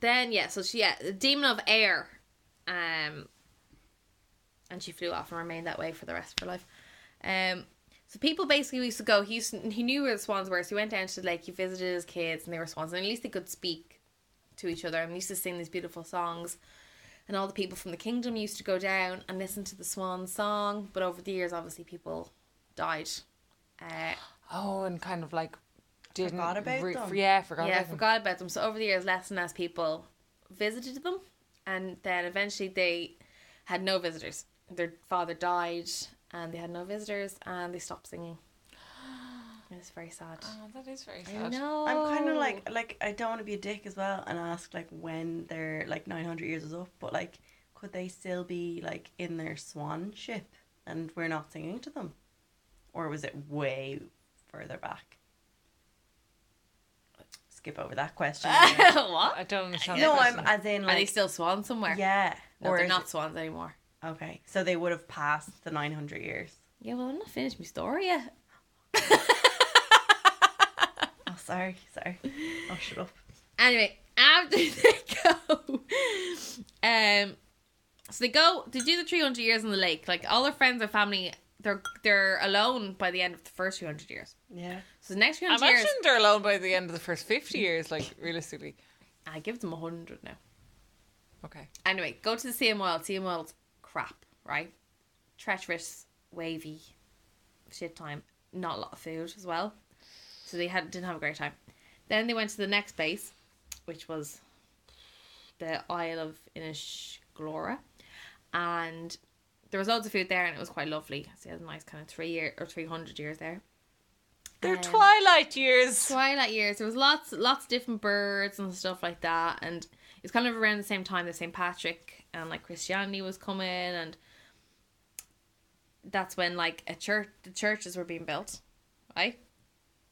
Speaker 2: then yeah, so she yeah, the demon of air, um, and she flew off and remained that way for the rest of her life. Um, so people basically used to go. He used to- he knew where the swans were, so he went down to the lake. He visited his kids, and they were swans, and at least they could speak to each other, and they used to sing these beautiful songs. And all the people from the kingdom used to go down and listen to the swan song. But over the years, obviously, people died. Uh,
Speaker 1: Oh, and kind of like didn't
Speaker 3: Forgot about them.
Speaker 1: yeah, forgot
Speaker 2: yeah, I
Speaker 1: about them.
Speaker 2: forgot about them. So over the years, less and less people visited them, and then eventually they had no visitors. Their father died, and they had no visitors, and they stopped singing. It's very sad.
Speaker 1: Oh, that is very
Speaker 2: I
Speaker 1: sad.
Speaker 2: know.
Speaker 3: I'm kind of like like I don't want to be a dick as well and ask like when their like 900 years is up, but like could they still be like in their swan ship and we're not singing to them, or was it way further back? Skip over that question.
Speaker 2: what?
Speaker 1: I don't understand.
Speaker 3: no,
Speaker 1: the
Speaker 3: I'm
Speaker 1: question.
Speaker 3: as in
Speaker 2: Are they
Speaker 3: like
Speaker 2: still swans somewhere?
Speaker 3: yeah,
Speaker 2: No,
Speaker 3: or
Speaker 2: they're
Speaker 3: is
Speaker 2: not swans anymore.
Speaker 3: it- okay, so they would have passed the 900 years.
Speaker 2: Yeah, well, I'm not finished my story yet.
Speaker 3: Oh, sorry, sorry. Oh, shut up.
Speaker 2: Anyway, after they go, um, so they go, they do the 300 years in the lake. Like, all their friends and family, they're they're alone by the end of the first 300 years.
Speaker 3: Yeah.
Speaker 2: So the next 300
Speaker 1: Imagine
Speaker 2: years,
Speaker 1: they're alone by the end of the first 50 years, like, realistically.
Speaker 2: I give them 100 now.
Speaker 1: Okay.
Speaker 2: Anyway, go to the sea and wild. Sea and wild's crap, right? Treacherous, wavy, shit time. Not a lot of food as well. So they had didn't have a great time. Then they went to the next base, which was the Isle of Inishglora, and there was loads of food there and it was quite lovely. So you had a nice kind of three year or three hundred years there.
Speaker 1: They're
Speaker 2: Um,
Speaker 1: twilight years.
Speaker 2: Twilight years. There was lots, lots of different birds and stuff like that, and it's kind of around the same time that St. Patrick and like Christianity was coming, and that's when like a church, the churches were being built, right?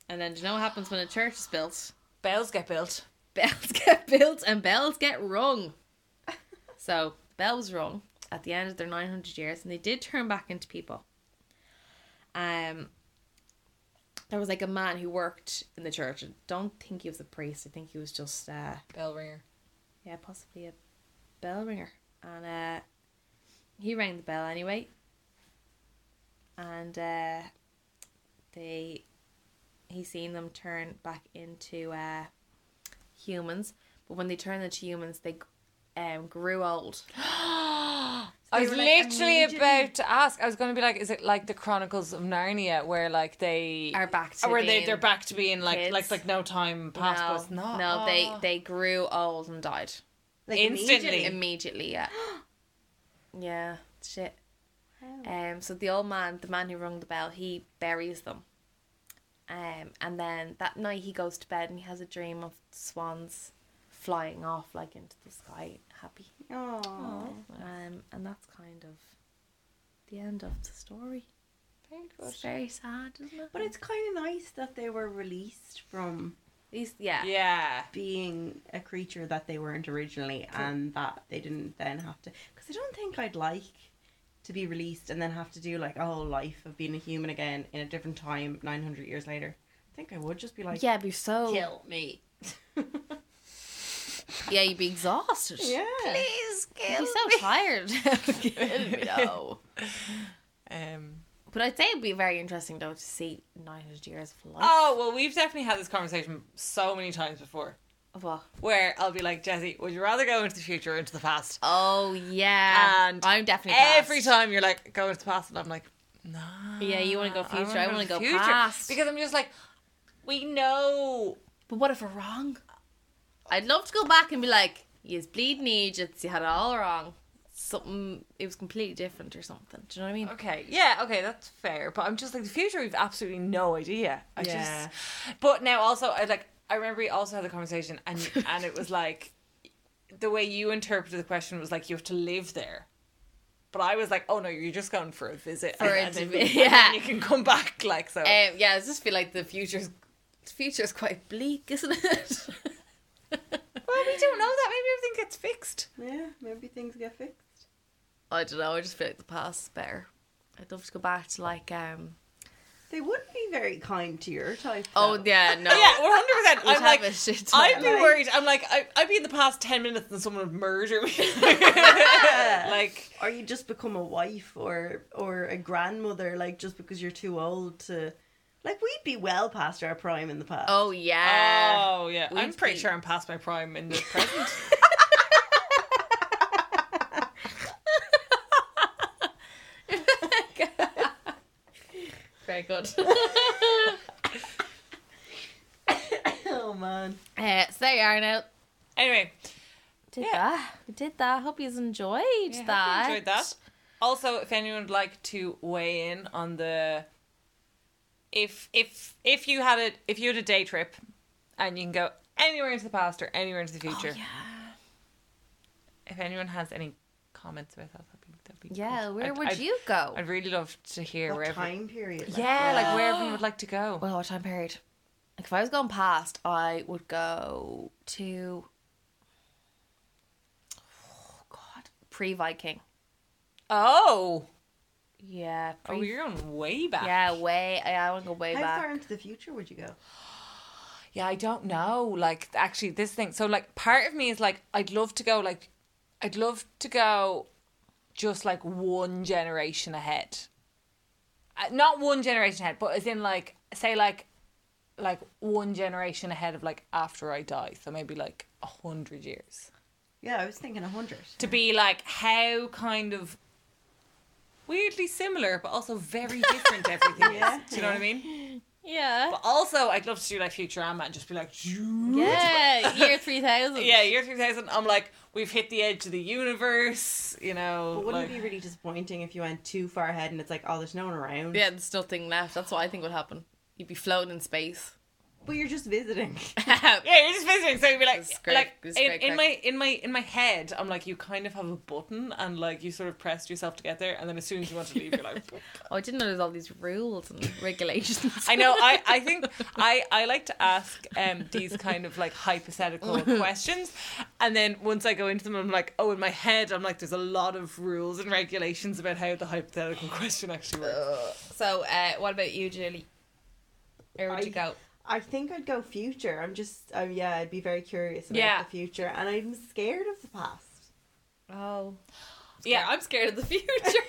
Speaker 2: And then do you know what happens when a church is built?
Speaker 1: Bells get built.
Speaker 2: Bells get built and bells get rung. so bells rung at the end of their nine hundred years, and they did turn back into people. Um, there was like a man who worked in the church. I don't think he was a priest. I think he was just uh,
Speaker 1: Bell ringer.
Speaker 2: yeah, possibly a bell ringer. And uh, he rang the bell anyway. And uh, they, he seen them turn back into uh, humans. But when they turned into humans, they um, grew old.
Speaker 1: I
Speaker 2: they
Speaker 1: was
Speaker 2: were, like,
Speaker 1: literally
Speaker 2: immediately-
Speaker 1: about to ask. I was going to be like, is it like the Chronicles of Narnia, where like they
Speaker 2: Are back to
Speaker 1: or where they
Speaker 2: being
Speaker 1: they're back to being like
Speaker 2: kids?
Speaker 1: like like no time passed, but it's not.
Speaker 2: no, they
Speaker 1: Oh.
Speaker 2: they grew old and died
Speaker 3: Like
Speaker 1: Instantly.
Speaker 3: immediately.
Speaker 2: immediately. Yeah, yeah, shit. Um, so the old man, the man who rung the bell, he buries them. Um, and then that night he goes to bed and he has a dream of swans flying off like into the sky, happy.
Speaker 3: Aw.
Speaker 2: Um, and that's kind of the end of the story.
Speaker 1: Very good.
Speaker 2: It's very sad, isn't it?
Speaker 3: But it's kind of nice that they were released from
Speaker 2: These, yeah,
Speaker 1: Yeah.
Speaker 3: being a creature that they weren't originally and that they didn't then have to. Because I don't think I'd like to be released and then have to do like a whole life of being a human again in a different time 900 years later. I think I would just be like,
Speaker 2: yeah. Be so
Speaker 3: kill me.
Speaker 2: yeah. You'd be exhausted.
Speaker 3: yeah.
Speaker 1: Please
Speaker 2: You'd be so tired. Kill me, no.
Speaker 1: Um.
Speaker 2: But I'd say it'd be very interesting though to see 900 years of life.
Speaker 1: Oh well, we've definitely had this conversation so many times before.
Speaker 2: Of what?
Speaker 1: Where I'll be like, Jesse, would you rather go into the future or into the past?
Speaker 2: Oh yeah,
Speaker 1: And
Speaker 2: I'm definitely
Speaker 1: Every
Speaker 2: past.
Speaker 1: time you're like, go into the past, and I'm like, no.
Speaker 2: Yeah, you wanna go future, I wanna go
Speaker 1: future."
Speaker 2: past.
Speaker 1: because I'm just like, we know.
Speaker 2: But what if we're wrong? I'd love to go back and be like, "You's bleeding Egypt. You had it all wrong. Something. It was completely different or something." Do you know what I mean?
Speaker 1: Okay, yeah, okay, that's fair. But I'm just like the future. We've absolutely no idea. I
Speaker 3: Yeah.
Speaker 1: just. But now also, I like. I remember we also had the conversation, and and it was like, the way you interpreted the question was like you have to live there. But I was like, oh no, you're just going for a visit,
Speaker 2: For a
Speaker 1: and, and,
Speaker 2: vi-
Speaker 1: then, and
Speaker 2: yeah.
Speaker 1: then you can come back. Like so,
Speaker 2: Um, yeah, I just feel like the future's the future's quite bleak, isn't it?
Speaker 1: Well, we don't know that. Maybe everything gets fixed.
Speaker 3: Yeah, maybe things get fixed.
Speaker 2: I don't know. I just feel like the past's better. I'd love to go back to like um.
Speaker 3: They wouldn't be very kind to your type.
Speaker 2: Oh
Speaker 3: though.
Speaker 2: yeah, no.
Speaker 1: Yeah, one hundred
Speaker 2: We'd
Speaker 1: percent. I'm
Speaker 2: have
Speaker 1: like,
Speaker 2: a shit
Speaker 1: I'd
Speaker 2: time.
Speaker 1: be
Speaker 3: Like-
Speaker 1: worried. I'm like, I, I'd be in the past ten minutes and someone would murder me. like,
Speaker 3: Or you just become a wife or or a grandmother, like just because you're too old to. Like we'd be well past our prime in the past.
Speaker 2: Oh yeah.
Speaker 1: oh yeah, I'm
Speaker 2: we'd
Speaker 1: pretty
Speaker 2: be-
Speaker 1: sure I'm past my prime in the present.
Speaker 2: Very good.
Speaker 3: oh man.
Speaker 2: Uh, so there you are now.
Speaker 1: anyway,
Speaker 2: Did
Speaker 1: Yeah.
Speaker 2: that. We did that. Hope you've enjoyed
Speaker 1: yeah,
Speaker 2: that.
Speaker 1: hope you enjoyed that. Also, if anyone would like to weigh in on the, if if if you had a if you had a day trip, and you can go anywhere into the past or anywhere into the
Speaker 2: Oh,
Speaker 1: future,
Speaker 2: yeah.
Speaker 1: if anyone has any comments about that, that'd be that'd be
Speaker 2: Yeah,
Speaker 1: good.
Speaker 2: where
Speaker 1: I'd-
Speaker 2: would
Speaker 1: I'd-
Speaker 2: you go?
Speaker 1: I'd really love to hear
Speaker 3: What
Speaker 1: wherever.
Speaker 3: time period? like,
Speaker 1: Yeah, like where everyone would like to go.
Speaker 2: well, what time period? Like if I was going past, I would go to. Oh God, pre-Viking.
Speaker 1: Oh,
Speaker 2: Yeah.
Speaker 1: oh,
Speaker 2: Pre-
Speaker 1: you're going way back.
Speaker 2: yeah, way. Yeah, I want to go way
Speaker 3: How
Speaker 2: back.
Speaker 3: far into the future would you go?
Speaker 1: Yeah, I don't know. Like, actually, this thing. So, like, part of me is like, I'd love to go. Like, I'd love to go, just like one generation ahead. Uh, Not one generation ahead, but as in like, say like, like one generation ahead of like after I die. So maybe like a hundred years.
Speaker 3: Yeah, I was thinking a hundred.
Speaker 1: to be like how kind of weirdly similar but also very different everything is.
Speaker 3: Yeah,
Speaker 1: Do you know what I
Speaker 3: yeah.
Speaker 1: mean?
Speaker 2: Yeah.
Speaker 1: But also, I'd love to do like Futurama and just be like, Jude.
Speaker 2: Yeah. Year three thousand.
Speaker 1: Yeah, year 3000, I'm like, we've hit the edge of the universe, you know.
Speaker 3: But wouldn't
Speaker 1: like-
Speaker 3: it be really disappointing if you went too far ahead and it's like, oh, there's no one around?
Speaker 2: Yeah, there's nothing left. That's what I think would happen. You'd be floating in space.
Speaker 3: But you're just visiting.
Speaker 1: Yeah, you're just visiting. So you'd be like,
Speaker 2: This is great.
Speaker 1: like
Speaker 2: This is
Speaker 1: in,
Speaker 2: great
Speaker 1: in
Speaker 2: crack.
Speaker 1: my in my in my head, I'm like, you kind of have a button, and like you sort of pressed yourself to get there, and then as soon as you want to leave, you're like,
Speaker 2: Oh, I didn't know there's all these rules and regulations.
Speaker 1: I know. I I think I I like to ask um these kind of like hypothetical questions, and then once I go into them, I'm like, oh, in my head, I'm like, there's a lot of rules and regulations about how the hypothetical question actually works.
Speaker 2: So, uh, what about you, Julie? Where would
Speaker 3: I-
Speaker 2: you go?
Speaker 3: I think I'd go future. I'm just, um, yeah, I'd be very curious about
Speaker 1: Yeah.
Speaker 3: the future, and I'm scared of the past.
Speaker 2: Oh,
Speaker 1: Yeah,
Speaker 2: I'm scared of the future.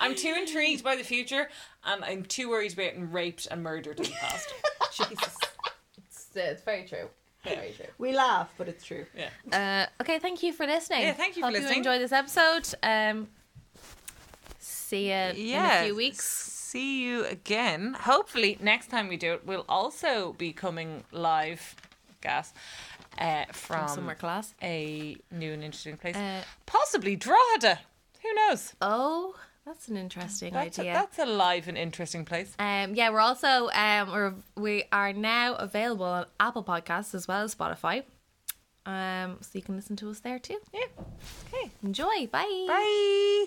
Speaker 1: I'm too intrigued by the future, and I'm too worried about being raped and murdered in the past.
Speaker 2: Jesus, it's, uh, it's very true. Very true.
Speaker 3: We laugh, but it's true.
Speaker 2: Uh, okay, thank you for listening.
Speaker 1: Yeah, thank you for
Speaker 2: Hope
Speaker 1: listening.
Speaker 2: You enjoyed this episode. Um, see you in a few weeks.
Speaker 1: See you again. Hopefully, next time we do it, we'll also be coming live, gas, uh, from,
Speaker 2: From summer class.
Speaker 1: a new and interesting place.
Speaker 2: Uh,
Speaker 1: Possibly Drogheda. Who knows?
Speaker 2: oh, that's an interesting
Speaker 1: That's a,
Speaker 2: idea.
Speaker 1: that's a live and interesting place.
Speaker 2: Um, yeah, we're also um, we're, we are now available on Apple Podcasts as well as Spotify, um, so you can listen to us there too.
Speaker 1: Yeah. Okay.
Speaker 2: Enjoy. Bye.
Speaker 1: Bye.